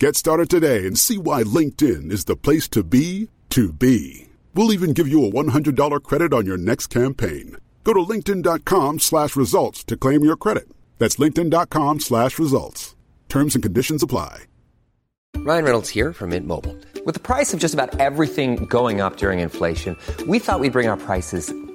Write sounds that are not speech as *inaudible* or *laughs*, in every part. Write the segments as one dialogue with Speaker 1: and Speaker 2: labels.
Speaker 1: Get started today and see why LinkedIn is the place to be to be. We'll even give you a $100 credit on your next campaign. Go to linkedin.com slash results to claim your credit. That's linkedin.com slash results. Terms and conditions apply.
Speaker 2: Ryan Reynolds here from Mint Mobile. With the price of just about everything going up during inflation, we thought we'd bring our prices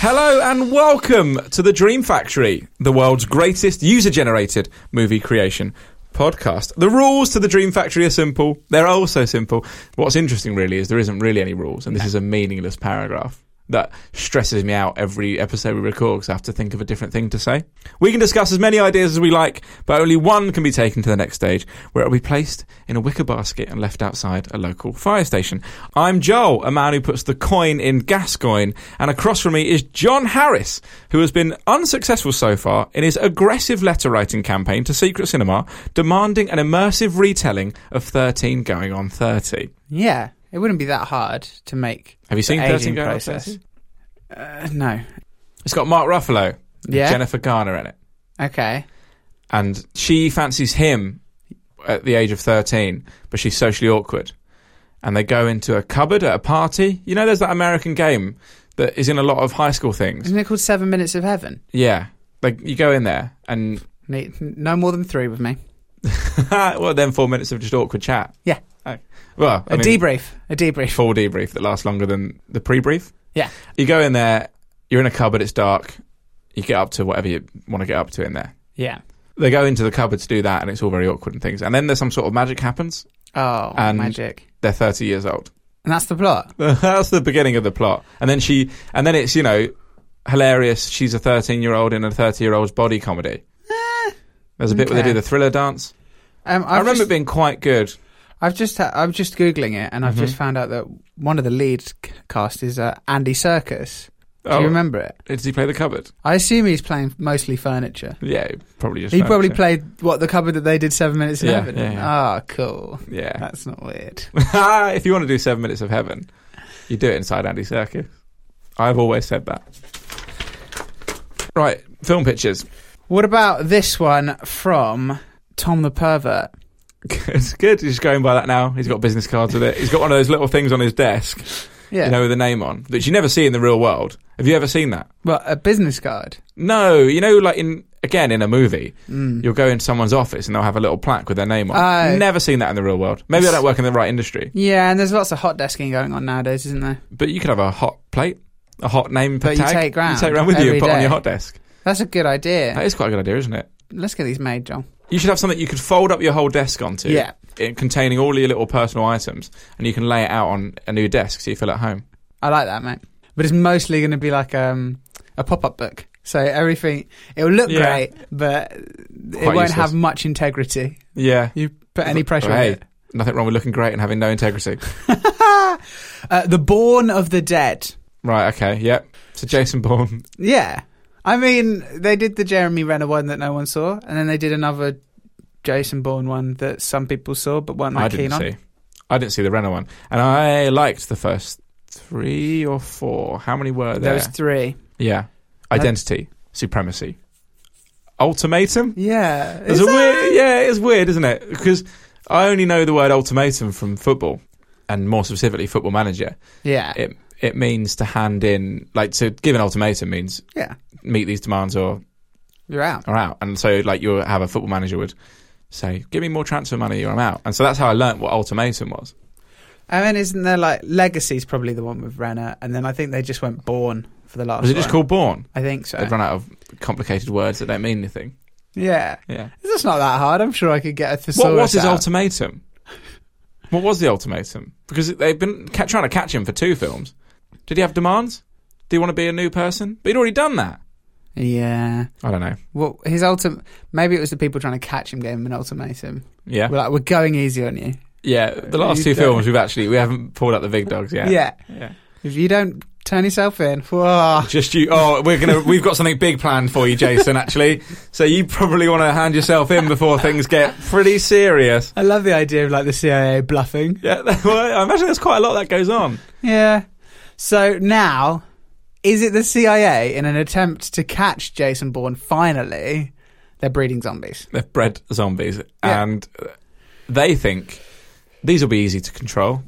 Speaker 3: Hello and welcome to the Dream Factory, the world's greatest user generated movie creation podcast. The rules to the Dream Factory are simple. They're also simple. What's interesting really is there isn't really any rules and this is a meaningless paragraph that stresses me out every episode we record because I have to think of a different thing to say. We can discuss as many ideas as we like, but only one can be taken to the next stage where it will be placed in a wicker basket and left outside a local fire station. I'm Joel, a man who puts the coin in Gascoigne, and across from me is John Harris, who has been unsuccessful so far in his aggressive letter writing campaign to Secret Cinema, demanding an immersive retelling of 13 Going on 30.
Speaker 4: Yeah, it wouldn't be that hard to make.
Speaker 3: Have you
Speaker 4: the
Speaker 3: seen 13
Speaker 4: aging
Speaker 3: Going on
Speaker 4: process?
Speaker 3: 30?
Speaker 4: Uh, no.
Speaker 3: It's got Mark Ruffalo, and
Speaker 4: Yeah.
Speaker 3: Jennifer Garner in it.
Speaker 4: Okay.
Speaker 3: and she fancies him at the age of 13, but she's socially awkward. And they go into a cupboard at a party. You know, there's that American game that is in a lot of high school things.
Speaker 4: Isn't it called Seven Minutes of Heaven?
Speaker 3: Yeah. Like, you go in there, and *laughs*
Speaker 4: Ne- No more than three with me.
Speaker 3: well, then four minutes of just awkward chat.
Speaker 4: Yeah.
Speaker 3: Oh. Well,
Speaker 4: A
Speaker 3: I mean,
Speaker 4: debrief. A debrief.
Speaker 3: full debrief that lasts longer than the pre brief.
Speaker 4: Yeah.
Speaker 3: You go in there, you're in a cupboard, it's dark, you get up to whatever you want to get up to in there.
Speaker 4: Yeah.
Speaker 3: They go into the cupboard to do that, and it's all very awkward and things. And then there's some sort of magic happens.
Speaker 4: Oh,
Speaker 3: And-
Speaker 4: magic.
Speaker 3: They're 30 years old.
Speaker 4: And that's the plot.
Speaker 3: *laughs* That's the beginning of the plot. And then she, and then it's you know, hilarious. She's a thirteen-year-old in a thirty-year-old's body comedy. There's a bit where they
Speaker 4: Eh. okay.
Speaker 3: do the thriller dance.
Speaker 4: Um,
Speaker 3: i remember
Speaker 4: just,
Speaker 3: it being quite good.
Speaker 4: I've just ha- I'm just googling it, and I've just
Speaker 3: Mm-hmm.
Speaker 4: found out that one of the lead c- cast is uh, Andy Circus. Do
Speaker 3: Oh.
Speaker 4: you remember it?
Speaker 3: Does he play the cupboard?
Speaker 4: I assume he's playing mostly furniture.
Speaker 3: Yeah, probably just.
Speaker 4: He
Speaker 3: furniture.
Speaker 4: probably played what the cupboard that they did Seven Minutes of
Speaker 3: Yeah,
Speaker 4: Heaven.
Speaker 3: yeah, yeah.
Speaker 4: Oh, cool.
Speaker 3: Yeah.
Speaker 4: That's not weird.
Speaker 3: *laughs* if you want to do Seven Minutes of Heaven, you do it inside Andy Serkis. I've always said that. Right, film pictures. *laughs*
Speaker 4: What about this one from Tom the Pervert?
Speaker 3: it's good. He's going by that now. He's got business cards with it. He's got one of those little things on his desk.
Speaker 4: Yeah.
Speaker 3: you know, with a name on that you never see in the real world. Have you ever seen that?
Speaker 4: well, a business card.
Speaker 3: No, you know, like in again in a movie,
Speaker 4: Mm.
Speaker 3: you'll go into someone's office and they'll have a little plaque with their name on.
Speaker 4: Oh.
Speaker 3: never seen that in the real world. Maybe I don't work in the right industry,
Speaker 4: Yeah, and there's lots of hot desking going on nowadays, isn't there?
Speaker 3: but you could have a hot plate, a hot name
Speaker 4: That you
Speaker 3: tag.
Speaker 4: take round
Speaker 3: you take round with you
Speaker 4: every
Speaker 3: and put on
Speaker 4: day.
Speaker 3: your hot desk.
Speaker 4: That's a good idea.
Speaker 3: That is quite a good idea, isn't it?
Speaker 4: Let's get these made, John.
Speaker 3: You should have something you could fold up your whole desk onto.
Speaker 4: Yeah.
Speaker 3: It, containing all your little personal items, and you can lay it out on a new desk so you feel at home.
Speaker 4: I like that, mate. But it's mostly going to be like um, a pop-up book. So everything, it'll look
Speaker 3: Yeah.
Speaker 4: great, but it won't
Speaker 3: useless.
Speaker 4: have much integrity.
Speaker 3: Yeah.
Speaker 4: You put any pressure on
Speaker 3: hey,
Speaker 4: it.
Speaker 3: nothing wrong with looking great and having no integrity.
Speaker 4: Uh, the Born of the Dead. *laughs*
Speaker 3: right. Okay. Yep. So Jason Bourne.
Speaker 4: Yeah. I mean, they did the Jeremy Renner one that no one saw, and then they did another Jason Bourne one that some people saw but weren't that
Speaker 3: I
Speaker 4: keen
Speaker 3: didn't
Speaker 4: on.
Speaker 3: see. I didn't see the Renner one, and I liked the first three or four. How many were there?
Speaker 4: There was three.
Speaker 3: yeah, identity, supremacy, ultimatum.
Speaker 4: Yeah.
Speaker 3: It's
Speaker 4: Is
Speaker 3: a
Speaker 4: that-
Speaker 3: weird, yeah, it's weird, isn't it? Because I only know the word ultimatum from football, and more specifically, football manager.
Speaker 4: Yeah.
Speaker 3: It it means to hand in, like to give an ultimatum means
Speaker 4: yeah.
Speaker 3: meet these demands or
Speaker 4: You're out.
Speaker 3: or out. And so, like, you have a football manager would say, "Give me more transfer money, or I'm out." And so that's how I learnt what ultimatum was.
Speaker 4: And then isn't there like Legacy's probably the one with Renner, and then I think they just went Born for the last.
Speaker 3: Was it just
Speaker 4: one.
Speaker 3: called Born?
Speaker 4: I think so.
Speaker 3: They'd run out of complicated words that don't mean anything.
Speaker 4: Yeah.
Speaker 3: Yeah.
Speaker 4: It's not that hard. I'm sure I could get a thesaurus.
Speaker 3: What was his
Speaker 4: out.
Speaker 3: ultimatum? What was the ultimatum? Because they've been ca- trying to catch him for two films. Did he have demands? Do you want to be a new person? But he'd already done that.
Speaker 4: Yeah.
Speaker 3: I don't know.
Speaker 4: Well, his ultimate. Maybe it was the people trying to catch him gave him an ultimatum.
Speaker 3: Yeah,
Speaker 4: We're like, we're going easy on you.
Speaker 3: yeah. The last
Speaker 4: You
Speaker 3: two
Speaker 4: don't-
Speaker 3: films we've actually we haven't pulled out the big dogs yet.
Speaker 4: Yeah.
Speaker 3: yeah.
Speaker 4: If you don't turn yourself in, whoa.
Speaker 3: Just you. Oh, we're gonna. We've got something big planned for you, Jason. Actually, so you probably want to hand yourself in before things get pretty serious.
Speaker 4: I love the idea of like the CIA bluffing.
Speaker 3: Yeah, *laughs* well, I imagine there's quite a lot that goes on.
Speaker 4: Yeah. So now, is it the CIA in an attempt to catch Jason Bourne? Finally, they're breeding zombies.
Speaker 3: They're bred zombies,
Speaker 4: Yeah.
Speaker 3: and they think these will be easy to control.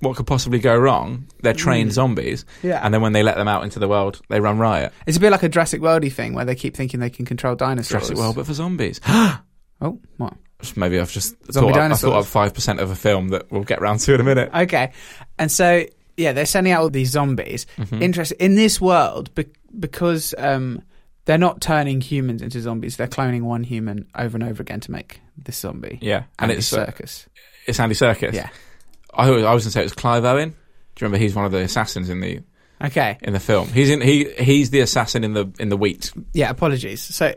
Speaker 3: What could possibly go wrong? They're trained zombies,
Speaker 4: Yeah.
Speaker 3: and then when they let them out into the world, they run riot.
Speaker 4: It's a bit like a Jurassic Worldy thing where they keep thinking they can control dinosaurs.
Speaker 3: Jurassic World, but for zombies. *gasps*
Speaker 4: Oh, what?
Speaker 3: Maybe I've just
Speaker 4: Zombie
Speaker 3: thought up, I thought up
Speaker 4: dinosaurs.
Speaker 3: five percent of a film that we'll get round to in a minute.
Speaker 4: Okay. And so, yeah, they're sending out all these zombies.
Speaker 3: Mm-hmm.
Speaker 4: Interest in this world be- because um, they're not turning humans into zombies. They're cloning one human over and over again to make this zombie.
Speaker 3: Yeah, and
Speaker 4: and it's
Speaker 3: it's uh,
Speaker 4: circus.
Speaker 3: it's Andy Circus.
Speaker 4: Yeah.
Speaker 3: I, always- I was going to say it was Clive Owen. Do you remember he's one of the assassins in the
Speaker 4: Okay.
Speaker 3: in the film? He's in he he's the assassin in the in the wheat. 'Cause
Speaker 4: Yeah. Apologies. So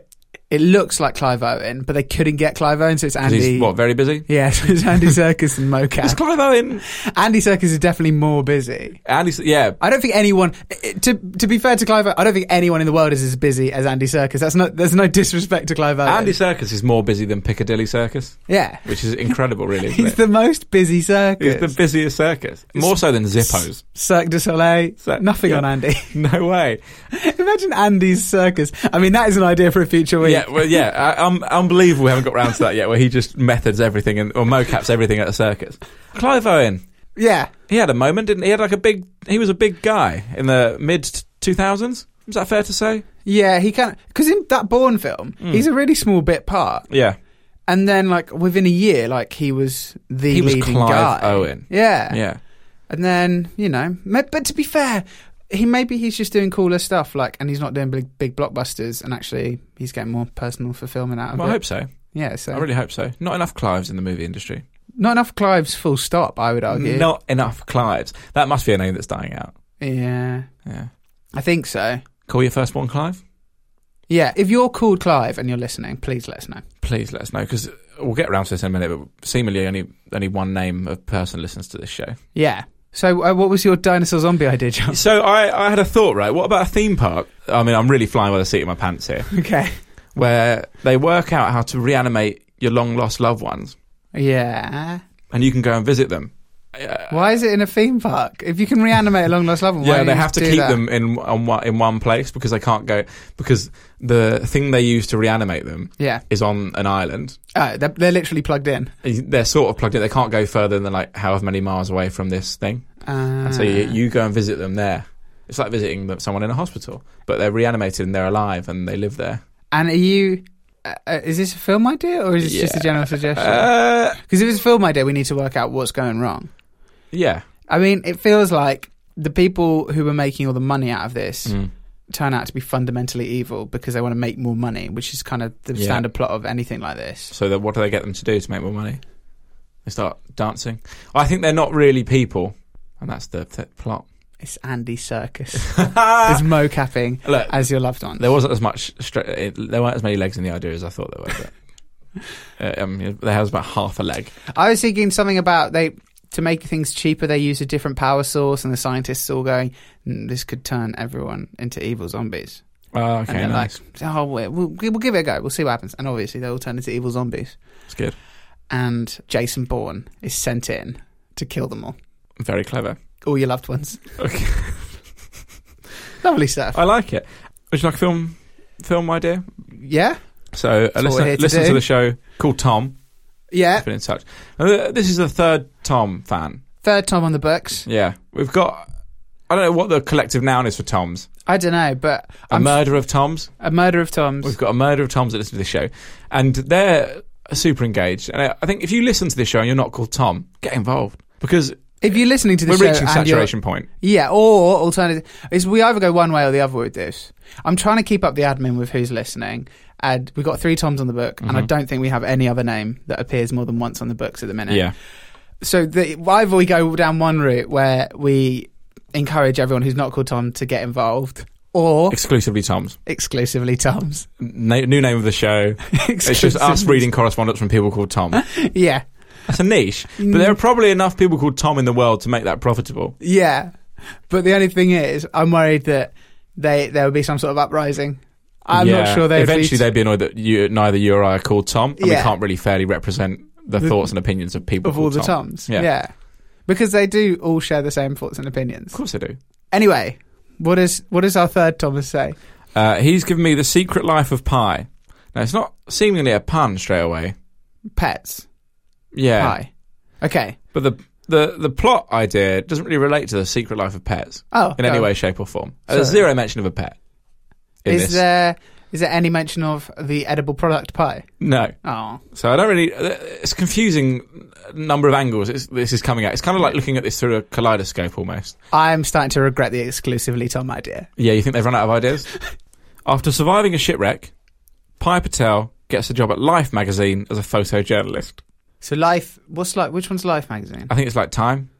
Speaker 4: it looks like Clive Owen, but they couldn't get Clive Owen, so it's Andy.
Speaker 3: He's what very busy.
Speaker 4: Yeah, *laughs* so it's
Speaker 3: *laughs*
Speaker 4: Andy Circus and
Speaker 3: It's
Speaker 4: mocap.
Speaker 3: Clive
Speaker 4: *laughs*
Speaker 3: Owen.
Speaker 4: Andy Circus is definitely more busy.
Speaker 3: Andy, yeah,
Speaker 4: I don't think anyone, i- i- to to be fair to Clive, Owen, I don't think anyone in the world is as busy as Andy Circus. That's not. There's no disrespect to Clive Owen.
Speaker 3: Andy Circus is more busy than Piccadilly Circus,
Speaker 4: yeah,
Speaker 3: which is incredible, really. Isn't
Speaker 4: *laughs* He's
Speaker 3: it?
Speaker 4: the most busy circus.
Speaker 3: He's the busiest circus, more so than
Speaker 4: *laughs*
Speaker 3: Zippo's.
Speaker 4: Cirque du Soleil.
Speaker 3: Cir-
Speaker 4: Nothing
Speaker 3: yeah.
Speaker 4: on Andy. *laughs*
Speaker 3: No *laughs* way.
Speaker 4: Imagine Andy's circus. I mean, that is an idea for a future week.
Speaker 3: Yeah, well, yeah, I, um, unbelievable. We haven't got round to that yet, where he just methods everything and or mocaps everything at a circus. Clive Owen,
Speaker 4: Yeah.
Speaker 3: he had a moment, didn't he? He had like a big. He was a big guy in the mid two thousands. Is that fair to say?
Speaker 4: Yeah, he can. Because in that Bourne film, he's a really small bit part.
Speaker 3: Hmm. Yeah,
Speaker 4: And then, like, within a year, like, he was the
Speaker 3: He was
Speaker 4: leading
Speaker 3: Clive
Speaker 4: guy.
Speaker 3: Owen.
Speaker 4: Yeah.
Speaker 3: yeah.
Speaker 4: And then, you know, ma- but to be fair, he maybe he's just doing cooler stuff, like, and he's not doing big, big blockbusters, and actually he's getting more personal fulfillment out of
Speaker 3: Well,
Speaker 4: it.
Speaker 3: I hope so.
Speaker 4: Yeah, so.
Speaker 3: I really hope so. Not enough Clives in the movie industry.
Speaker 4: not enough Clive's full stop, I would argue.
Speaker 3: Not enough Clives. That must be a name that's dying out.
Speaker 4: Yeah.
Speaker 3: Yeah.
Speaker 4: I think so.
Speaker 3: Call your firstborn Clive.
Speaker 4: Yeah, if you're called Clive and you're listening, please let us know.
Speaker 3: please let us know because we'll get around to this in a minute. But seemingly, only only one name of person listens to this show.
Speaker 4: Yeah. So, uh, what was your dinosaur zombie idea, John?
Speaker 3: So I, I had a thought, right? What about a theme park? I mean, I'm really flying by the seat of my pants *laughs* here,
Speaker 4: okay.
Speaker 3: where they work out how to reanimate your long lost loved ones,
Speaker 4: Yeah.
Speaker 3: and you can go and visit them.
Speaker 4: Why is it in a theme park? If you can reanimate a long lost loved one, why
Speaker 3: yeah,
Speaker 4: don't
Speaker 3: they
Speaker 4: you
Speaker 3: have to
Speaker 4: do
Speaker 3: keep
Speaker 4: that?
Speaker 3: them in on one, in one place because they can't go because the thing they use to reanimate them
Speaker 4: Yeah.
Speaker 3: is on an island.
Speaker 4: Oh, they're, they're literally plugged in.
Speaker 3: They're sort of plugged in. They can't go further than like however many miles away from this thing.
Speaker 4: Uh,
Speaker 3: And so you, you go and visit them there. It's like visiting them, someone in a hospital, but they're reanimated and they're alive and they live there.
Speaker 4: and are you? Uh, uh, is this a film idea or is this just a
Speaker 3: Yeah.
Speaker 4: general suggestion?
Speaker 3: Uh,
Speaker 4: Because if it's a film idea, we need to work out what's going wrong.
Speaker 3: yeah.
Speaker 4: I mean, it feels like the people who were making all the money out of this
Speaker 3: Hmm.
Speaker 4: turn out to be fundamentally evil because they want to make more money, which is kind of the
Speaker 3: Yeah.
Speaker 4: standard plot of anything like this.
Speaker 3: So that what do they get them to do to make more money? They start dancing. I think they're not really people, and that's the th- plot.
Speaker 4: It's Andy
Speaker 3: *laughs*
Speaker 4: Circus. it's mocapping
Speaker 3: Look.
Speaker 4: as your loved one.
Speaker 3: There wasn't as much. Stra- it, there weren't as many legs in the idea as I thought there were.
Speaker 4: *laughs*
Speaker 3: But, uh, um, there was about half a leg.
Speaker 4: I was thinking something about they to make things cheaper. They use a different power source, and the scientists all going, "Mm, "This could turn everyone into evil zombies."
Speaker 3: Oh,
Speaker 4: And
Speaker 3: okay,
Speaker 4: they're
Speaker 3: nice.
Speaker 4: like, oh, we- we'll, we'll give it a go. We'll see what happens. And obviously, they all turn into evil zombies.
Speaker 3: It's good.
Speaker 4: And Jason Bourne is sent in to kill them all,
Speaker 3: Very clever.
Speaker 4: all your loved ones.
Speaker 3: *laughs* Okay.
Speaker 4: Lovely stuff.
Speaker 3: I like it. Would you like a film film idea?
Speaker 4: yeah,
Speaker 3: So uh,
Speaker 4: what we're here
Speaker 3: listen,
Speaker 4: to
Speaker 3: listen to
Speaker 4: do.
Speaker 3: the show called Tom.
Speaker 4: yeah.
Speaker 3: I've been in touch. Uh, this is the third Tom fan.
Speaker 4: Third Tom on the books.
Speaker 3: Yeah, we've got. I don't know what the collective noun is for Toms.
Speaker 4: I don't know, but
Speaker 3: A
Speaker 4: I'm
Speaker 3: murder of Toms.
Speaker 4: a murder of Tom's.
Speaker 3: We've got a murder of Toms that listen to this show, and they're super engaged. And I- I think if you listen to this show and you're not called Tom, get involved because
Speaker 4: if you're listening to
Speaker 3: we're
Speaker 4: this,
Speaker 3: reaching
Speaker 4: show and you're-
Speaker 3: saturation point.
Speaker 4: Yeah, or alternative is we either go one way or the other with this. I'm trying to keep up the admin with who's listening, and we've got three toms on the book, and I
Speaker 3: Mm-hmm.
Speaker 4: don't think we have any other name that appears more than once on the books at the minute.
Speaker 3: Yeah,
Speaker 4: So the, either we go down one route where we encourage everyone who's not called Tom to get involved, or
Speaker 3: exclusively Toms.
Speaker 4: exclusively Toms. *laughs*
Speaker 3: Na- new name of the show. it's just us
Speaker 4: Exclusively.
Speaker 3: reading correspondence from people called Tom.
Speaker 4: *laughs* Yeah,
Speaker 3: That's a niche, but there are probably enough people called Tom in the world to make that profitable.
Speaker 4: yeah. But the only thing is, I'm worried that they there will be some sort of uprising. I'm
Speaker 3: Yeah.
Speaker 4: not sure they would be
Speaker 3: Eventually, they'd be annoyed that you, neither you or I are called Tom, and we
Speaker 4: Yeah.
Speaker 3: can't really fairly represent the,
Speaker 4: The-
Speaker 3: thoughts and opinions of people
Speaker 4: of all
Speaker 3: called
Speaker 4: the
Speaker 3: Tom.
Speaker 4: Toms.
Speaker 3: Yeah.
Speaker 4: Yeah. Because they do all share the same thoughts and
Speaker 3: Of
Speaker 4: opinions.
Speaker 3: course, they do.
Speaker 4: Anyway, what is what does our third Thomas say?
Speaker 3: Uh, he's given me the secret life of pie. Now it's not seemingly a pun straight away.
Speaker 4: Pets.
Speaker 3: Yeah,
Speaker 4: Hi. Okay.
Speaker 3: but the the the plot idea doesn't really relate to the secret life of pets
Speaker 4: Oh.
Speaker 3: in any
Speaker 4: go on.
Speaker 3: way, shape, or form. There's
Speaker 4: Sorry.
Speaker 3: zero mention of a pet. In
Speaker 4: Is
Speaker 3: this.
Speaker 4: there is there any mention of the edible product pie?
Speaker 3: no?
Speaker 4: Oh.
Speaker 3: So I don't really. It's confusing number of angles it's, this is coming at. It's kind of like looking at this through a kaleidoscope almost.
Speaker 4: I'm starting to regret the exclusively Tom idea.
Speaker 3: Yeah, you think they've run out of
Speaker 4: *laughs*
Speaker 3: ideas? After surviving a shipwreck, Pi Patel gets a job at Life magazine as a photojournalist.
Speaker 4: So life what's like which one's life magazine?
Speaker 3: I think it's like Time.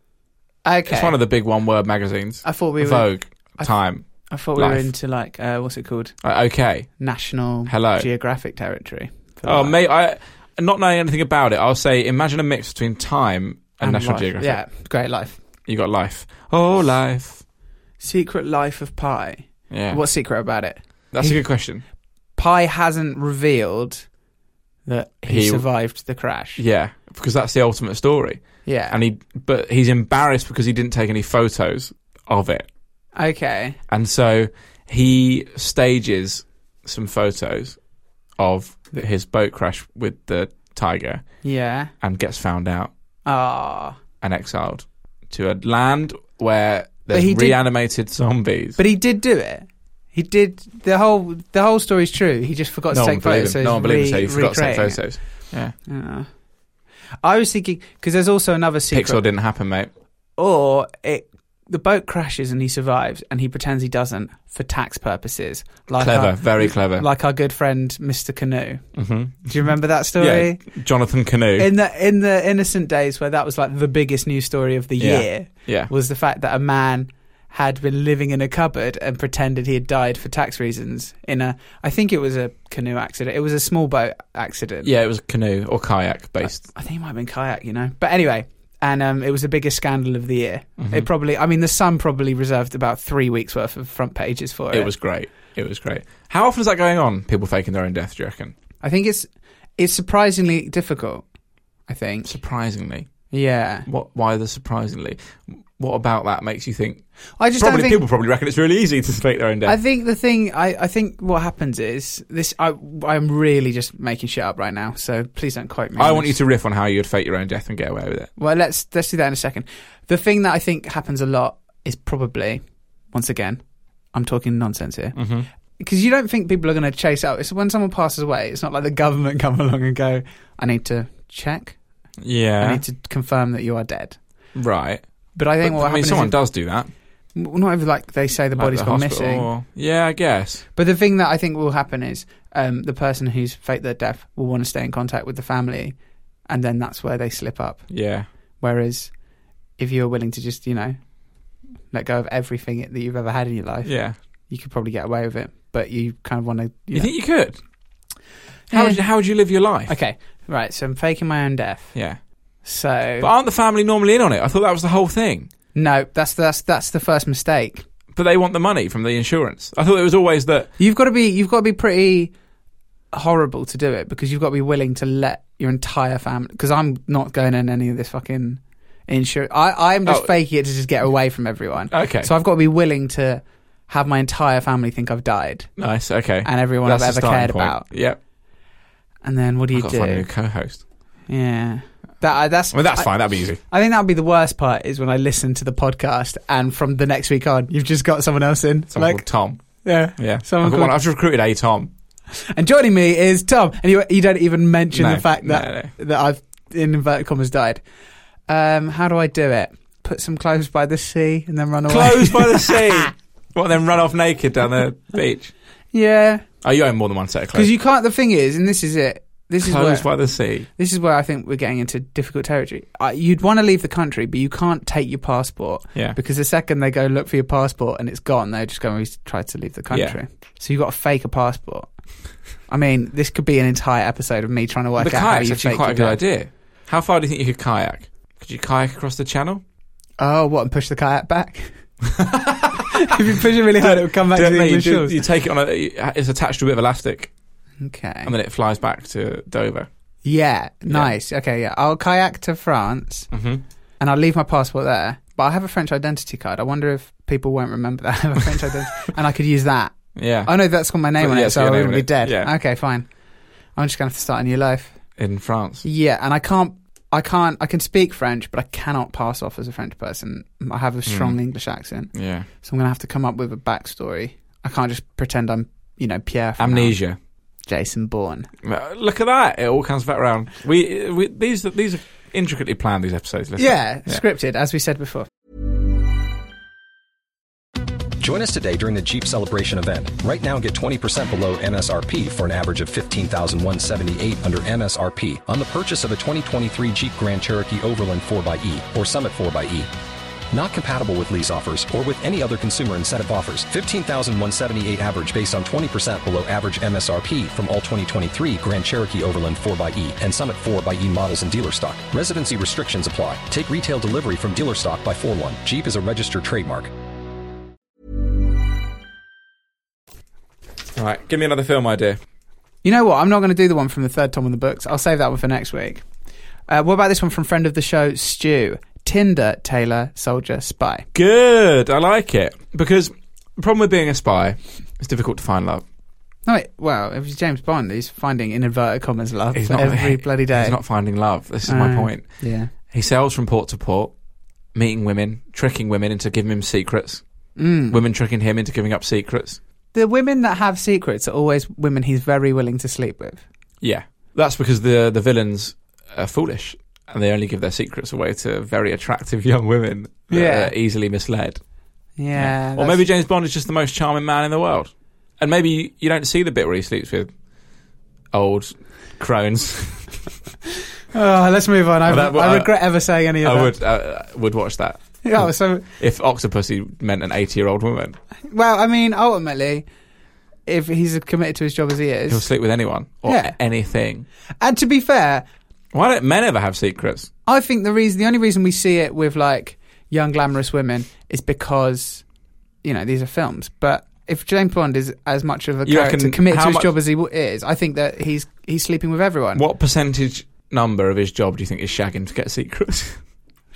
Speaker 4: Okay.
Speaker 3: It's one of the big one-word magazines.
Speaker 4: I thought we were
Speaker 3: Vogue,
Speaker 4: I-
Speaker 3: Time,
Speaker 4: I thought we were
Speaker 3: Life.
Speaker 4: into like uh, what's it called?
Speaker 3: Uh, okay.
Speaker 4: National
Speaker 3: Hello.
Speaker 4: Geographic territory. for
Speaker 3: Oh,
Speaker 4: life.
Speaker 3: mate, I not knowing anything about it, I'll say imagine a mix between Time and, National
Speaker 4: life.
Speaker 3: Geographic.
Speaker 4: Yeah, great life.
Speaker 3: you got life. Oh, life.
Speaker 4: Secret life of pie.
Speaker 3: Yeah,
Speaker 4: What's secret about it?
Speaker 3: that's a good question.
Speaker 4: Pi hasn't revealed that he,
Speaker 3: He-
Speaker 4: survived the crash.
Speaker 3: Yeah, because that's the ultimate story,
Speaker 4: Yeah.
Speaker 3: and he but he's embarrassed because he didn't take any photos of it,
Speaker 4: okay.
Speaker 3: and so he stages some photos of his boat crash with the tiger
Speaker 4: Yeah.
Speaker 3: and gets found out.
Speaker 4: Ah.
Speaker 3: and exiled to a land where there's
Speaker 4: he did-
Speaker 3: reanimated zombies.
Speaker 4: But he did do it. He did the whole. The whole story's true. He just forgot
Speaker 3: no
Speaker 4: to
Speaker 3: one
Speaker 4: take
Speaker 3: believes
Speaker 4: photos. So
Speaker 3: him.
Speaker 4: he's
Speaker 3: No one believes him. So
Speaker 4: re-
Speaker 3: he forgot to take
Speaker 4: recreating it.
Speaker 3: photos. Yeah,
Speaker 4: Ah. I was thinking because there's also another secret,
Speaker 3: Pixel didn't happen, mate.
Speaker 4: or it. The boat crashes and he survives, and he pretends he doesn't for tax purposes. Like
Speaker 3: clever,
Speaker 4: our, *laughs*
Speaker 3: very clever.
Speaker 4: like our good friend Mr. Canoe.
Speaker 3: hmm
Speaker 4: Do you remember that story?
Speaker 3: Yeah, Jonathan Canoe.
Speaker 4: in the in the innocent days where that was like the biggest news story of the
Speaker 3: Yeah.
Speaker 4: year
Speaker 3: yeah,
Speaker 4: was the fact that a man had been living in a cupboard and pretended he had died for tax reasons in a I think it was a canoe accident. It was a small boat accident.
Speaker 3: yeah. It was canoe or kayak based.
Speaker 4: I think it might have been kayak, you know. But anyway, and um, it was the biggest scandal of the year.
Speaker 3: Mm-hmm.
Speaker 4: It probably I mean the Sun probably reserved about 3 weeks worth of front pages for it.
Speaker 3: It was great. It was great. How often is that going on? People faking their own death, do you reckon?
Speaker 4: I think it's it's surprisingly difficult. I think.
Speaker 3: Surprisingly,
Speaker 4: Yeah.
Speaker 3: what? Why the surprisingly? What about that makes you think?
Speaker 4: I just
Speaker 3: Probably
Speaker 4: don't think
Speaker 3: people probably reckon it's really easy to *laughs* fake their own death.
Speaker 4: I think the thing I, I think what happens is this I I'm really just making shit up right now, so please don't quote me. on
Speaker 3: I want you
Speaker 4: this.
Speaker 3: to riff on how you'd fake your own death and get away with it.
Speaker 4: Well, let's let's do that in a second. The thing that I think happens a lot is probably once again, I'm talking nonsense here.
Speaker 3: Mm-hmm.
Speaker 4: Because you don't think people are going to chase out. It's when someone passes away. It's not like the government *laughs* come along and go, "I need to check. I
Speaker 3: Yeah,
Speaker 4: need to confirm that you are dead."
Speaker 3: right.
Speaker 4: But I think
Speaker 3: But,
Speaker 4: what
Speaker 3: I mean,
Speaker 4: happens
Speaker 3: someone
Speaker 4: is
Speaker 3: does do that.
Speaker 4: well, not even like they say the
Speaker 3: Like
Speaker 4: body's
Speaker 3: the
Speaker 4: gone
Speaker 3: hospital
Speaker 4: missing.
Speaker 3: or- yeah, I guess.
Speaker 4: But the thing that I think will happen is um, the person who's faked their death will want to stay in contact with the family, and then that's where they slip up.
Speaker 3: Yeah,
Speaker 4: Whereas if you're willing to just, you know, let go of everything that you've ever had in your life,
Speaker 3: yeah.
Speaker 4: you could probably get away with it. But you kind of want to.
Speaker 3: You think you could? How would you, how would you live your life?
Speaker 4: Okay, right. So I'm faking my own death.
Speaker 3: Yeah,
Speaker 4: So
Speaker 3: but aren't the family normally in on it? I thought that was the whole thing.
Speaker 4: no, that's that's that's the first mistake.
Speaker 3: but they want the money from the insurance. I thought it was always that.
Speaker 4: You've got to be you've got to be pretty horrible to do it because you've got to be willing to let your entire family. Because I'm not going in any of this fucking insurance. I I'm just
Speaker 3: Oh.
Speaker 4: faking it to just get away from everyone.
Speaker 3: Okay.
Speaker 4: So I've got to be willing to have my entire family think I've died,
Speaker 3: Nice, okay.
Speaker 4: and everyone
Speaker 3: That's the
Speaker 4: I've ever
Speaker 3: starting
Speaker 4: cared
Speaker 3: point.
Speaker 4: about.
Speaker 3: Yep.
Speaker 4: And then what do you
Speaker 3: I've got to find a new
Speaker 4: do?
Speaker 3: co-host.
Speaker 4: Yeah. That I that's
Speaker 3: Well, that's
Speaker 4: I-
Speaker 3: fine. That'd be easy.
Speaker 4: I think that would be the worst part is when I listen to the podcast and from the next week on, you've just got someone else in.
Speaker 3: Someone
Speaker 4: like,
Speaker 3: called Tom.
Speaker 4: yeah,
Speaker 3: Yeah.
Speaker 4: Someone
Speaker 3: I've, got
Speaker 4: called-
Speaker 3: one, I've just recruited a
Speaker 4: *laughs*
Speaker 3: Tom.
Speaker 4: And joining me is Tom. And you, you don't even mention
Speaker 3: No,
Speaker 4: the fact that
Speaker 3: no,
Speaker 4: that I've in inverted commas died. Um, how do I do it? Put some clothes by the sea and then run away.
Speaker 3: Closed by the sea. What, then run off naked down the beach?
Speaker 4: *laughs* yeah,
Speaker 3: Oh, you own more than one set of
Speaker 4: because
Speaker 3: clothes.
Speaker 4: you can't. The thing is, and this is it. This is where
Speaker 3: Closed by the sea.
Speaker 4: this is where I think we're getting into difficult territory. Uh, you'd want to leave the country, but you can't take your passport
Speaker 3: Yeah.
Speaker 4: because the second they go look for your passport and it's gone, they're just going to try to leave the country. So you've got to fake a passport. I mean, this could be an entire episode of me trying to work
Speaker 3: the
Speaker 4: out how
Speaker 3: kayak's
Speaker 4: you
Speaker 3: actually
Speaker 4: fake
Speaker 3: quite a
Speaker 4: your
Speaker 3: good
Speaker 4: death.
Speaker 3: idea. How far do you think you could kayak? Could you kayak across the channel?
Speaker 4: Oh, what? And push the
Speaker 3: *laughs*
Speaker 4: kayak back? *laughs* if you push it really hard, it would come back to
Speaker 3: no,
Speaker 4: the
Speaker 3: you,
Speaker 4: English
Speaker 3: do-
Speaker 4: shores.
Speaker 3: you take it on a. It's attached to a bit of elastic,
Speaker 4: Okay.
Speaker 3: and then it flies back to Dover.
Speaker 4: Yeah, nice. Okay, yeah. I'll kayak to France
Speaker 3: Mm-hmm.
Speaker 4: and I'll leave my passport there. But I have a French identity card. I wonder if people won't remember that *laughs* I have a
Speaker 3: *laughs*
Speaker 4: French identity. And I could use that.
Speaker 3: Yeah,
Speaker 4: Oh, no, that's got my name
Speaker 3: Oh,
Speaker 4: on
Speaker 3: yeah,
Speaker 4: it,
Speaker 3: it's
Speaker 4: so I
Speaker 3: your name
Speaker 4: wouldn't
Speaker 3: on
Speaker 4: be
Speaker 3: it.
Speaker 4: dead.
Speaker 3: Yeah.
Speaker 4: Okay, fine. I'm just going to have to start a new life.
Speaker 3: in France.
Speaker 4: Yeah, and I can't. I can't. I can speak French, but I cannot pass off as a French person. I have a
Speaker 3: Hmm.
Speaker 4: strong English accent,
Speaker 3: Yeah,
Speaker 4: so I'm gonna have to come up with a backstory. I can't just pretend I'm, you know, Pierre. From
Speaker 3: amnesia.
Speaker 4: Jason Bourne.
Speaker 3: Uh, Look at that! It all comes back around. We, uh, we these are- these are intricately planned. These episodes. listen.
Speaker 4: Yeah, scripted, as we said before.
Speaker 5: Join us today during the Jeep Celebration event. Right now, get 20% below MSRP for an average of 15178 under MSRP on the purchase of a 2023 Jeep Grand Cherokee Overland 4xE or Summit 4xE. Not compatible with lease offers or with any other consumer incentive offers. 15,178 average based on 20% below average MSRP from all 2023 Grand Cherokee Overland 4xE and Summit 4xE models in dealer stock. Residency restrictions apply. Take retail delivery from dealer stock by 4 1. Jeep is a registered trademark.
Speaker 3: Right. Give me another film idea.
Speaker 4: You know what? I'm not going to do the one from the third Tom on the books. I'll save that one for next week. Uh, what about this one from friend of the show, Stu? Tinder, Taylor, Soldier, Spy.
Speaker 3: Good. I like it because the problem with being a spy, it's difficult to find love.
Speaker 4: No, Oh, wait, well, if he's James Bond, he's finding in inverted commas love
Speaker 3: He's not
Speaker 4: every bloody day.
Speaker 3: He's not finding love. This is my
Speaker 4: Uh,
Speaker 3: point.
Speaker 4: Yeah.
Speaker 3: He sails from port to port, meeting women, tricking women into giving him secrets.
Speaker 4: Mm.
Speaker 3: Women tricking him into giving up secrets.
Speaker 4: The women that have secrets are always women he's very willing to sleep with.
Speaker 3: Yeah, that's because the the villains are foolish and they only give their secrets away to very attractive *laughs* young women that
Speaker 4: Yeah.
Speaker 3: are easily misled.
Speaker 4: Yeah.
Speaker 3: or
Speaker 4: that's-
Speaker 3: maybe James Bond is just the most charming man in the world, and maybe you don't see the bit where he sleeps with old crones. *laughs*
Speaker 4: Oh, let's move on. I,
Speaker 3: Well, that-
Speaker 4: I
Speaker 3: I-
Speaker 4: regret ever saying any of that.
Speaker 3: I would uh, would watch that
Speaker 4: *laughs* Yeah, I was so,
Speaker 3: if Octopussy meant an eighty year old woman.
Speaker 4: well, I mean, ultimately, if he's committed to his job as he
Speaker 3: He'll
Speaker 4: is,
Speaker 3: sleep with anyone or
Speaker 4: Yeah.
Speaker 3: anything.
Speaker 4: and to be fair,
Speaker 3: Why don't men ever have secrets?
Speaker 4: I think the reason, the only reason we see it with like young glamorous women is because you know these are films. But if James Bond is as much of a
Speaker 3: You
Speaker 4: character
Speaker 3: reckon
Speaker 4: committed
Speaker 3: how
Speaker 4: to his
Speaker 3: much-
Speaker 4: job as he w- is, I think that he's he's sleeping with everyone.
Speaker 3: What percentage number of his job do you think is shagging to get secrets?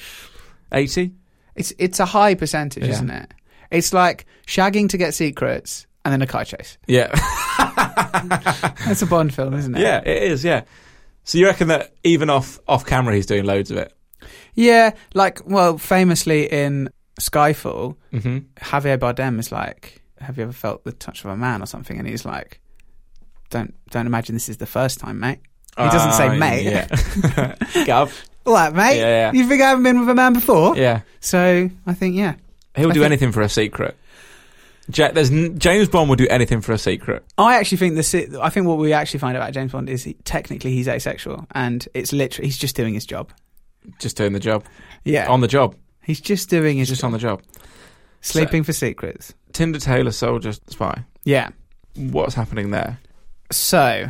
Speaker 3: *laughs* 80?
Speaker 4: It's it's a high percentage,
Speaker 3: Yeah.
Speaker 4: isn't it? It's like shagging to get secrets and then a car chase.
Speaker 3: Yeah. *laughs*
Speaker 4: That's a Bond film, isn't it?
Speaker 3: yeah, it is, yeah. So you reckon that even off off camera he's doing loads of it?
Speaker 4: Yeah, like well, famously in Skyfall,
Speaker 3: hmm
Speaker 4: Javier Bardem is like, "Have you ever felt the touch of a man or something?" And he's like, "Don't don't imagine this is the first time, mate." He doesn't say mate.
Speaker 3: Ah, Uh, Yeah.
Speaker 4: *laughs*
Speaker 3: Gov.
Speaker 4: All right, mate.
Speaker 3: Yeah, yeah.
Speaker 4: You think I haven't been with a man before?
Speaker 3: Yeah.
Speaker 4: So I think yeah.
Speaker 3: He'll
Speaker 4: I
Speaker 3: do
Speaker 4: think-
Speaker 3: anything for a secret. Ja- there's n- James Bond will do anything for a secret.
Speaker 4: I actually think the si- I think what we actually find about James Bond is he, technically he's asexual and it's literally he's just doing his job.
Speaker 3: Just doing the job.
Speaker 4: Yeah,
Speaker 3: On the job.
Speaker 4: he's just doing his
Speaker 3: He's just
Speaker 4: job.
Speaker 3: on the job.
Speaker 4: sleeping for secrets.
Speaker 3: Tinder Taylor Soldier Spy.
Speaker 4: Yeah.
Speaker 3: What's happening there?
Speaker 4: So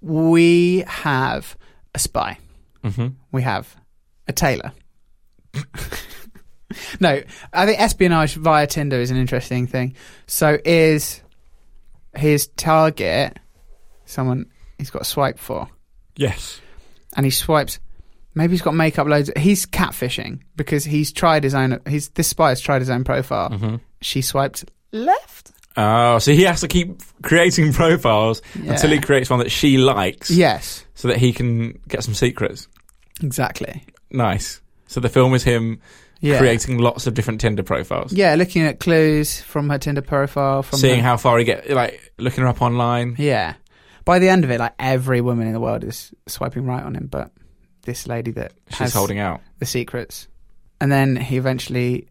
Speaker 4: we have a spy.
Speaker 3: Mm-hmm.
Speaker 4: We have a tailor. *laughs* No, I think espionage via Tinder is an interesting thing. So is his target someone he's got a swipe for?
Speaker 3: Yes.
Speaker 4: and he swipes. Maybe he's got makeup loads. He's catfishing because he's tried his own. He's this spy has tried his own profile. She swiped left.
Speaker 3: Oh, so he has to keep creating *laughs* profiles until he
Speaker 4: Yeah.
Speaker 3: creates one that she likes
Speaker 4: Yes,
Speaker 3: so that he can get some secrets.
Speaker 4: exactly.
Speaker 3: Nice. So the film is him
Speaker 4: Yeah,
Speaker 3: creating lots of different Tinder profiles.
Speaker 4: yeah. Looking at clues from her Tinder profile, from
Speaker 3: Seeing
Speaker 4: the-
Speaker 3: how far he get, like looking her up online.
Speaker 4: Yeah. By the end of it, like every woman in the world is swiping right on him, but this lady that
Speaker 3: She's
Speaker 4: has
Speaker 3: holding out.
Speaker 4: the secrets, and then he eventually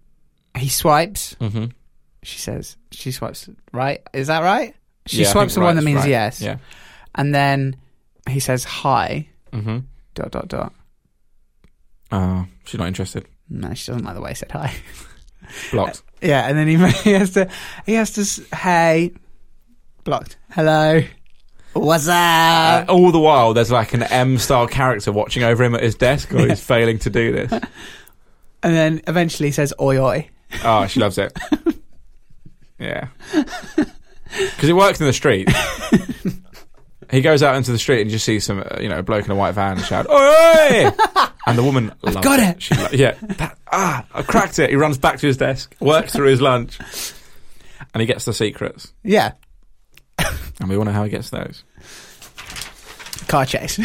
Speaker 4: he swipes.
Speaker 3: Mm-hmm.
Speaker 4: She says she swipes right. Is that right? She swipes the one that means yes.
Speaker 3: Yeah.
Speaker 4: And then he says hi.
Speaker 3: Mm-hmm.
Speaker 4: Dot dot dot.
Speaker 3: Oh, she's not interested.
Speaker 4: No, she doesn't like the way I said hi. *laughs*
Speaker 3: Blocked.
Speaker 4: yeah, and then he, *laughs* he has to he has to s- hey blocked. Hello, what's
Speaker 3: Uh,
Speaker 4: up?
Speaker 3: all the while, there's like an M-style character watching over him at his desk,
Speaker 4: *laughs*
Speaker 3: or he's failing to do this.
Speaker 4: and then eventually he says oi oi.
Speaker 3: Oh, she loves
Speaker 4: *laughs*
Speaker 3: it. Yeah. Because it works in the street. he goes out into the street and you just see some, uh, you know, a bloke in a white van shout, Oi! and the woman loves
Speaker 4: got it.
Speaker 3: She lo- yeah. That, ah, I cracked it. He runs back to his desk, works through his lunch, and he gets the secrets.
Speaker 4: Yeah,
Speaker 3: And we all know how he gets those. *laughs*
Speaker 4: car chase.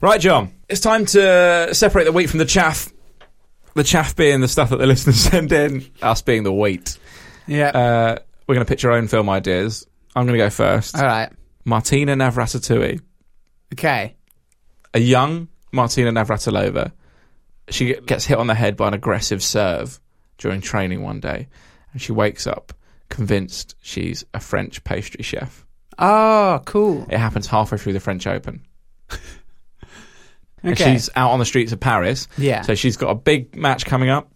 Speaker 3: Right, John. It's time to separate the wheat from the chaff. The chaff being the stuff that the *laughs* listeners send in, us being the wheat.
Speaker 4: yeah.
Speaker 3: Uh, we're going to pitch our own film ideas. I'm going to go first.
Speaker 4: All right.
Speaker 3: Martina Navratilova,
Speaker 4: Okay.
Speaker 3: a young Martina Navratilova, she get- gets hit on the head by an aggressive serve during training one day, and she wakes up convinced she's a French pastry chef.
Speaker 4: Oh, cool.
Speaker 3: It happens halfway through the French
Speaker 4: *laughs*
Speaker 3: Open. And
Speaker 4: Okay.
Speaker 3: she's out on the streets of Paris.
Speaker 4: Yeah.
Speaker 3: So she's got a big match coming up.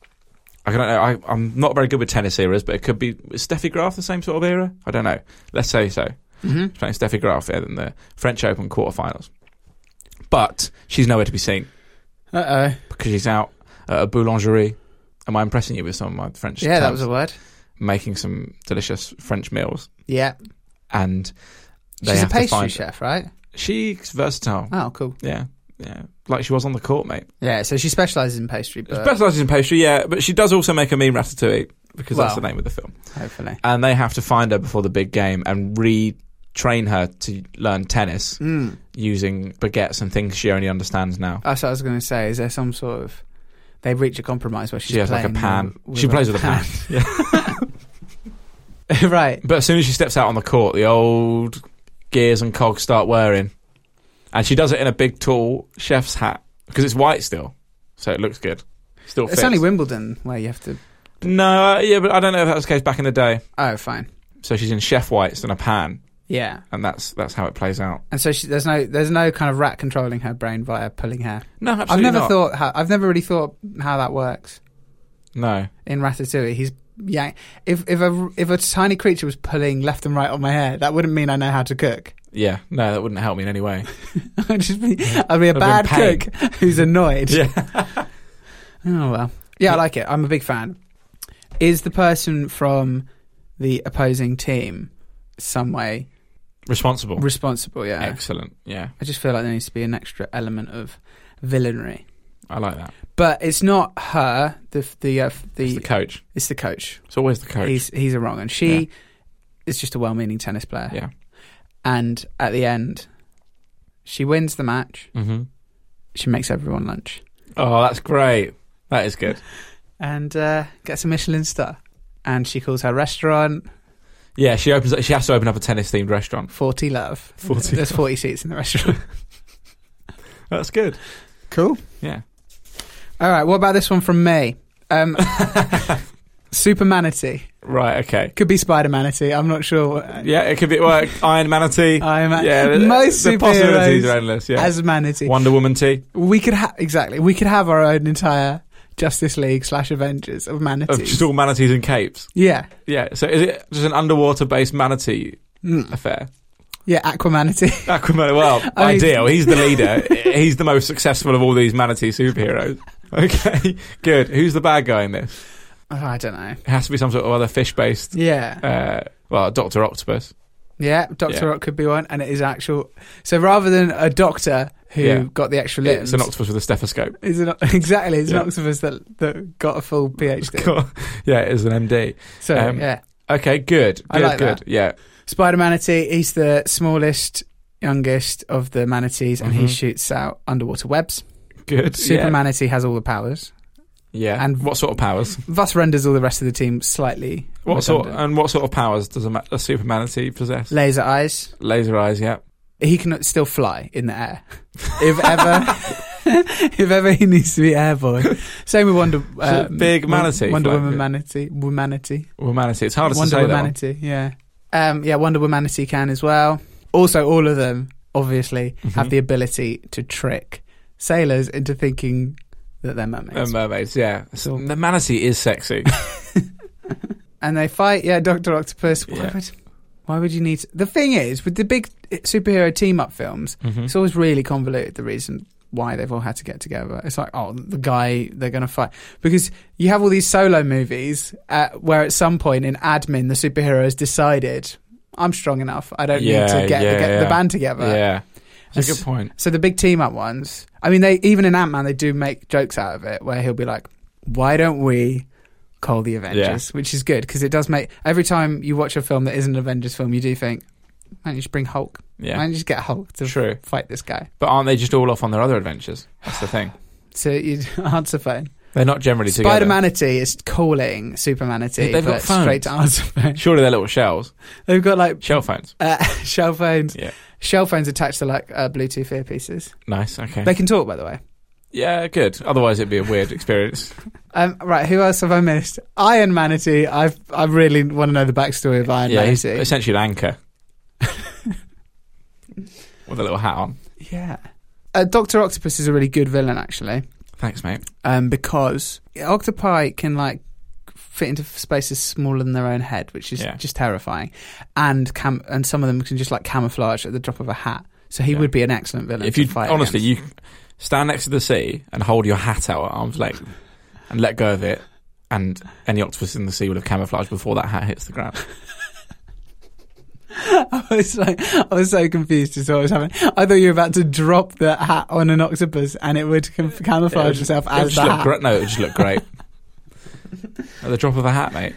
Speaker 3: I don't know. I, I'm not very good with tennis eras, but it could be is Steffi Graf the same sort of era. I don't know. Let's say so.
Speaker 4: Mhm.
Speaker 3: She's playing Steffi Graf here in the French Open quarterfinals. But she's nowhere to be seen
Speaker 4: Uh oh.
Speaker 3: because she's out at a boulangerie. Am I impressing you with some of my French?
Speaker 4: Yeah, that
Speaker 3: terms?
Speaker 4: was a word.
Speaker 3: making some delicious French meals,
Speaker 4: Yeah.
Speaker 3: and they
Speaker 4: She's a
Speaker 3: have to
Speaker 4: pastry
Speaker 3: find-
Speaker 4: chef, right?
Speaker 3: She's versatile.
Speaker 4: Oh, cool.
Speaker 3: Yeah, yeah, like she was on the court, mate.
Speaker 4: Yeah. So she specializes in pastry, but
Speaker 3: Specialises in pastry, yeah, but she does also make a mean ratatouille because that's
Speaker 4: Well.
Speaker 3: the name of the film.
Speaker 4: hopefully.
Speaker 3: And they have to find her before the big game and retrain her to learn tennis
Speaker 4: Mm.
Speaker 3: using baguettes and things she only understands now.
Speaker 4: That's what I was going to say. Is there some sort of they reach a compromise where she's
Speaker 3: she has like
Speaker 4: playing
Speaker 3: a pan.
Speaker 4: with
Speaker 3: She plays with a pan. *laughs* Yeah.
Speaker 4: *laughs* right.
Speaker 3: But as soon as she steps out on the court, the old gears and cogs start whirring, and she does it in a big, tall chef's hat because it's white still, so it looks good. Still fits.
Speaker 4: It's only Wimbledon where you have to.
Speaker 3: no, yeah, but I don't know if that was the case back in the day.
Speaker 4: Oh, fine.
Speaker 3: So she's in chef whites and a pan,
Speaker 4: Yeah.
Speaker 3: and that's that's how it plays out.
Speaker 4: And so she, there's no there's no kind of rat controlling her brain via pulling hair.
Speaker 3: No, absolutely
Speaker 4: I've never
Speaker 3: not.
Speaker 4: thought how, I've never really thought how that works
Speaker 3: No,
Speaker 4: in Ratatouille. He's yeah. If if a if a tiny creature was pulling left and right on my hair, that wouldn't mean I know how to cook. *laughs*
Speaker 3: yeah, no, that wouldn't help me in any way.
Speaker 4: I'd just be I'd be a
Speaker 3: been
Speaker 4: bad
Speaker 3: pain.
Speaker 4: cook who's annoyed.
Speaker 3: yeah,
Speaker 4: *laughs* Oh well. Yeah, I like it. I'm a big fan. Is the person from the opposing team some way
Speaker 3: responsible.
Speaker 4: responsible? Yeah.
Speaker 3: Excellent. Yeah,
Speaker 4: I just feel like there needs to be an extra element of villainy.
Speaker 3: I like that.
Speaker 4: But it's not her. The the uh, the,
Speaker 3: It's the coach.
Speaker 4: it's the coach.
Speaker 3: It's always the coach.
Speaker 4: He's he's a wrong, and she
Speaker 3: Yeah.
Speaker 4: is just a well-meaning tennis player.
Speaker 3: yeah.
Speaker 4: And at the end, she wins the match.
Speaker 3: Mm-hmm.
Speaker 4: She makes everyone lunch
Speaker 3: Oh, that's great. That is good.
Speaker 4: and uh, gets a Michelin star. And she calls her restaurant
Speaker 3: Yeah, she opens. She has to open up a tennis themed restaurant.
Speaker 4: Forty Love.
Speaker 3: 40
Speaker 4: There's forty seats in
Speaker 3: *laughs*
Speaker 4: the restaurant.
Speaker 3: That's good.
Speaker 4: Cool.
Speaker 3: Yeah.
Speaker 4: All right. What about this one from me?
Speaker 3: *laughs*
Speaker 4: Um, Super Manatee
Speaker 3: Right. Okay.
Speaker 4: could be Spider Manatee. I'm not sure.
Speaker 3: Yeah, it could be well, Iron Manatee.
Speaker 4: I'm a-
Speaker 3: yeah, *laughs* the-
Speaker 4: most
Speaker 3: the possibilities
Speaker 4: superheroes
Speaker 3: are endless. Yeah.
Speaker 4: As Manatee,
Speaker 3: Wonder Woman tea
Speaker 4: we could ha- exactly we could have our own entire Justice League slash Avengers of
Speaker 3: of
Speaker 4: manatees.
Speaker 3: just all manatees and capes.
Speaker 4: yeah,
Speaker 3: Yeah. So is it just an underwater based manatee affair?
Speaker 4: yeah,
Speaker 3: *laughs*
Speaker 4: Aquamanatee.
Speaker 3: Aquaman. Well,
Speaker 4: I mean-
Speaker 3: ideal. He's the leader. He's the most successful of all these manatee superheroes. Okay, good. Who's the bad guy in this?
Speaker 4: Oh, I don't know.
Speaker 3: It has to be some sort of other fish based.
Speaker 4: Yeah.
Speaker 3: Uh, well, Doctor Octopus.
Speaker 4: Yeah, Doctor
Speaker 3: Yeah.
Speaker 4: Rock could be one, and it is actual. So rather than a doctor who
Speaker 3: Yeah.
Speaker 4: got the extra limbs,
Speaker 3: It's an octopus with a stethoscope.
Speaker 4: It's an, *laughs* exactly, it's
Speaker 3: Yeah.
Speaker 4: an octopus that that got a full PhD.
Speaker 3: yeah, it is an MD.
Speaker 4: So
Speaker 3: Um,
Speaker 4: yeah,
Speaker 3: Okay, good. Good,
Speaker 4: I like
Speaker 3: good.
Speaker 4: that.
Speaker 3: Yeah.
Speaker 4: Spider Manatee. He's the smallest, youngest of the manatees, and
Speaker 3: Mm-hmm.
Speaker 4: he shoots out underwater webs.
Speaker 3: Good.
Speaker 4: Super Manatee has all the powers.
Speaker 3: Yeah. yeah. And
Speaker 4: and-
Speaker 3: what sort of powers?
Speaker 4: Thus renders all the rest of the team slightly.
Speaker 3: What sort um,
Speaker 4: redundant.
Speaker 3: and what sort of powers does a, ma- a super manatee possess?
Speaker 4: Laser eyes.
Speaker 3: Laser eyes, yeah.
Speaker 4: he can still fly in the air. If
Speaker 3: *laughs*
Speaker 4: ever, if ever he needs to be airborne. Same with Wonder. um,
Speaker 3: a big manatee
Speaker 4: Wonder
Speaker 3: flying
Speaker 4: Woman
Speaker 3: it.
Speaker 4: manatee, womanatee,
Speaker 3: Well, manatee. It's hard to
Speaker 4: Wonder
Speaker 3: say that. one.
Speaker 4: Womanatee. Yeah, um, yeah. Wonder Womanatee can as well. Also, all of them obviously
Speaker 3: Mm-hmm.
Speaker 4: have the ability to trick sailors into thinking that they're mermaids,
Speaker 3: Uh, mermaids, yeah. So the manatee is sexy.
Speaker 4: and they fight. Yeah, Doctor Octopus. Why
Speaker 3: Yeah.
Speaker 4: would? Why would you need? To? The thing is, with the big eh, superhero team up films,
Speaker 3: Mm-hmm.
Speaker 4: it's always really convoluted. The reason why they've all had to get together. It's like, oh, the guy they're going to fight because you have all these solo movies uh, where at some point in admin the superhero has decided. I'm strong enough. I don't need
Speaker 3: Yeah,
Speaker 4: to get,
Speaker 3: yeah,
Speaker 4: the, get
Speaker 3: yeah.
Speaker 4: the band together.
Speaker 3: yeah. That's a
Speaker 4: That's-
Speaker 3: good point.
Speaker 4: So the big team up ones. I mean, they even in Ant Man they do make jokes out of it where he'll be like, "Why don't we call the Avengers?" Which is good because it does make every time you watch a film that isn't an Avengers film, you do think, "Why don't you just bring Hulk?
Speaker 3: Yeah.
Speaker 4: Why don't you just get Hulk to
Speaker 3: True.
Speaker 4: fight this guy?"
Speaker 3: But aren't they just all off on their other adventures? That's the thing.
Speaker 4: So you *laughs* answer phone.
Speaker 3: They're not generally
Speaker 4: Spider
Speaker 3: together.
Speaker 4: Manatee is calling Super Manatee.
Speaker 3: Yeah, they've got
Speaker 4: but straight to answer phone. *laughs*
Speaker 3: Surely they're little shells.
Speaker 4: They've got like *laughs*
Speaker 3: Shell phones.
Speaker 4: uh, shell phones.
Speaker 3: Yeah.
Speaker 4: Shell phones attached to like uh, Bluetooth earpieces.
Speaker 3: Nice. Okay.
Speaker 4: They can talk, by the way.
Speaker 3: yeah, good. Otherwise, it'd be a weird
Speaker 4: *laughs*
Speaker 3: experience.
Speaker 4: Um, right, who else have I missed? Iron Manatee. I've I really want to know the backstory of Iron
Speaker 3: yeah, he's
Speaker 4: Manatee.
Speaker 3: essentially an
Speaker 4: *laughs*
Speaker 3: anchor with a little hat on.
Speaker 4: yeah. Uh, Doctor Octopus is a really good villain actually,
Speaker 3: Thanks, mate.
Speaker 4: um, because octopi can like fit into spaces smaller than their own head, which is
Speaker 3: Yeah.
Speaker 4: just terrifying, and cam- and some of them can just like camouflage at the drop of a hat. So he
Speaker 3: Yeah.
Speaker 4: would be an excellent villain.
Speaker 3: if you
Speaker 4: to fight
Speaker 3: honestly,
Speaker 4: against.
Speaker 3: you stand next to the sea and hold your hat out at arm's length and let go of it, and any octopus in the sea will have camouflaged before that hat hits the ground.
Speaker 4: *laughs* I was like, I was so confused as to what was happening. I thought you were about to drop the hat on an octopus, and it would cam-
Speaker 3: It would
Speaker 4: camouflage
Speaker 3: just-
Speaker 4: itself
Speaker 3: it would
Speaker 4: as
Speaker 3: just
Speaker 4: the
Speaker 3: look
Speaker 4: hat.
Speaker 3: great. No, it would just look *laughs* great. at the drop of a hat, mate.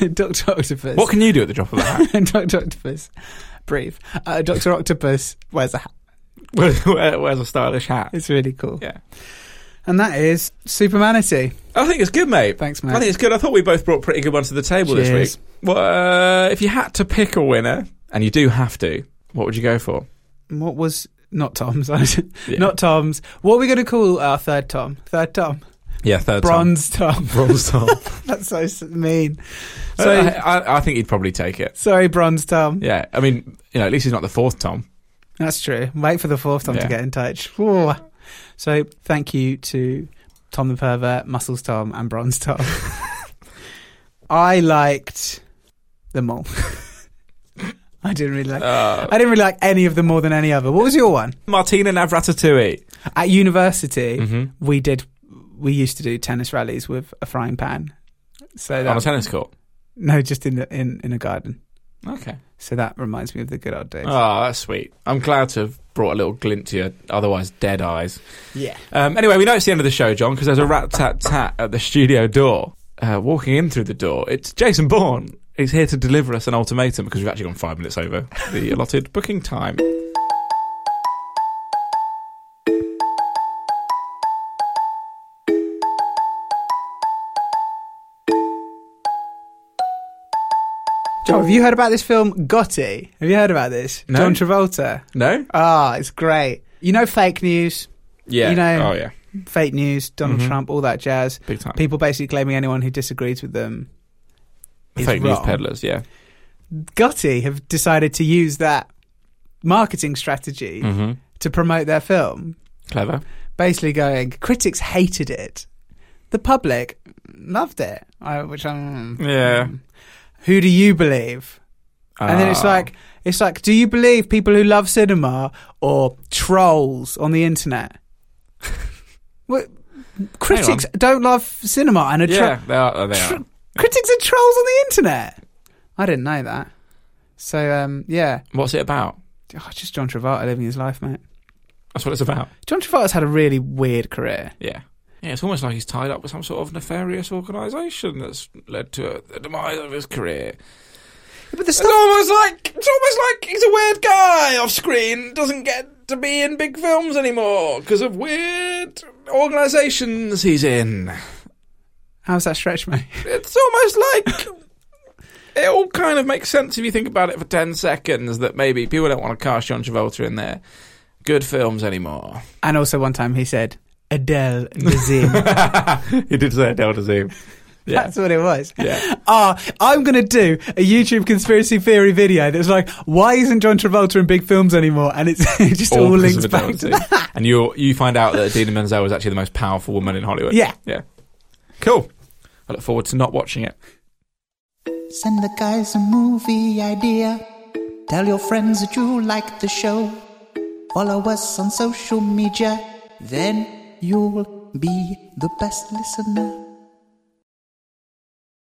Speaker 4: *laughs* Doctor Octopus.
Speaker 3: What can you do at the drop of a
Speaker 4: *laughs*
Speaker 3: hat?
Speaker 4: Doctor Octopus? Breathe. Uh, Doctor Octopus wears a hat.
Speaker 3: *laughs* Where- where- Where's a stylish hat?
Speaker 4: It's really cool.
Speaker 3: Yeah.
Speaker 4: And that is Supermanity.
Speaker 3: I think it's good, mate.
Speaker 4: Thanks,
Speaker 3: I think
Speaker 4: mate.
Speaker 3: it's good. I thought we both brought pretty good ones to the table this
Speaker 4: Cheers.
Speaker 3: week. Well, uh, if you had to pick a winner, and you do have to, what would you go for?
Speaker 4: What was not Tom's? *laughs* I was-
Speaker 3: Yeah.
Speaker 4: Not Tom's. What are we going to call our third Tom? Third Tom.
Speaker 3: Yeah, third
Speaker 4: Bronze Tom. *laughs*
Speaker 3: *laughs* Bronze Tom.
Speaker 4: That's so s- mean.
Speaker 3: so
Speaker 4: So
Speaker 3: Uh, I, I, I think he'd probably take it.
Speaker 4: sorry, Bronze Tom.
Speaker 3: Yeah, I mean, you know, at least he's not the fourth Tom.
Speaker 4: That's true. Wait for the fourth Tom
Speaker 3: Yeah.
Speaker 4: to get in touch. Whoa. So thank you to Tom the Pervert, Muscles Tom, and
Speaker 3: *laughs*
Speaker 4: Bronze Tom. I liked them all. *laughs* I didn't really like.
Speaker 3: Uh,
Speaker 4: I didn't really like any of them more than any other. What was your one?
Speaker 3: Martina Navratatouille.
Speaker 4: At university,
Speaker 3: Mhm.
Speaker 4: we did. We used to do tennis rallies with a frying pan. So
Speaker 3: On a
Speaker 4: that,
Speaker 3: tennis court.
Speaker 4: no, just in the in in a garden.
Speaker 3: Okay.
Speaker 4: So that reminds me of the good old days.
Speaker 3: Oh, that's sweet. I'm glad to have brought a little glint to your otherwise dead eyes.
Speaker 4: yeah.
Speaker 3: Um, anyway, we know it's the end of the show, John, because there's a rat tat tat at the studio door. Uh, walking in through the door, it's Jason Bourne. He's here to deliver us an ultimatum because we've actually gone five minutes over *laughs* the allotted booking time.
Speaker 4: John, have you heard about this film Gotti? Have you heard about this?
Speaker 3: No.
Speaker 4: John Travolta.
Speaker 3: No?
Speaker 4: Ah, it's great. You know fake news,
Speaker 3: Yeah.
Speaker 4: You know-
Speaker 3: oh, yeah.
Speaker 4: fake news, Donald
Speaker 3: Mhm.
Speaker 4: Trump, all that jazz.
Speaker 3: Big time.
Speaker 4: People basically claiming anyone who disagrees with them is
Speaker 3: Fake news
Speaker 4: wrong.
Speaker 3: peddlers, yeah.
Speaker 4: Gotti have decided to use that marketing strategy
Speaker 3: Mm-hmm.
Speaker 4: to promote their film.
Speaker 3: Clever.
Speaker 4: Basically, going critics hated it, the public loved it. I, which I'm
Speaker 3: Yeah.
Speaker 4: Who do you believe? And then it's
Speaker 3: Ah.
Speaker 4: like it's like, do you believe people who *laughs* love cinema or trolls on the internet? what, Critics don't love cinema and are, tro-
Speaker 3: yeah, they are. They
Speaker 4: tr-
Speaker 3: are.
Speaker 4: critics are trolls on the internet. I didn't know that. So um, yeah,
Speaker 3: What's it about?
Speaker 4: oh, it's just John Travolta living his life, mate.
Speaker 3: That's what it's about.
Speaker 4: John Travolta's had a really weird career.
Speaker 3: Yeah. Yeah, it's almost like he's tied up with some sort of nefarious organisation that's led to the demise of his career.
Speaker 4: But the
Speaker 3: It's
Speaker 4: stuff,
Speaker 3: almost like it's almost like he's a weird guy off screen. Doesn't get to be in big films anymore because of weird organisations he's in.
Speaker 4: how's that stretch, mate? *laughs*
Speaker 3: It's almost like *laughs* it all kind of makes sense if you think about it for ten seconds. That maybe people don't want to cast John Travolta in their good films anymore.
Speaker 4: And also, one time he said Adele
Speaker 3: *laughs*
Speaker 4: Dazeem.
Speaker 3: he did say Adele to Zoom. Yeah.
Speaker 4: That's what it was.
Speaker 3: Yeah.
Speaker 4: *laughs* Ah, I'm going to do a YouTube conspiracy theory video that's like, why isn't John Travolta in big films anymore? And it's *laughs* it just all,
Speaker 3: All because
Speaker 4: links
Speaker 3: of
Speaker 4: back to
Speaker 3: Adele
Speaker 4: that.
Speaker 3: Dazeem. *laughs* And you you find out that Adina Menzel was actually the most powerful woman in Hollywood.
Speaker 4: Yeah.
Speaker 3: Yeah. Cool. I look forward to not watching it.
Speaker 6: Send the guys a movie idea. Tell your friends that you like the show. Follow us on social media. Then you'll be the best listener.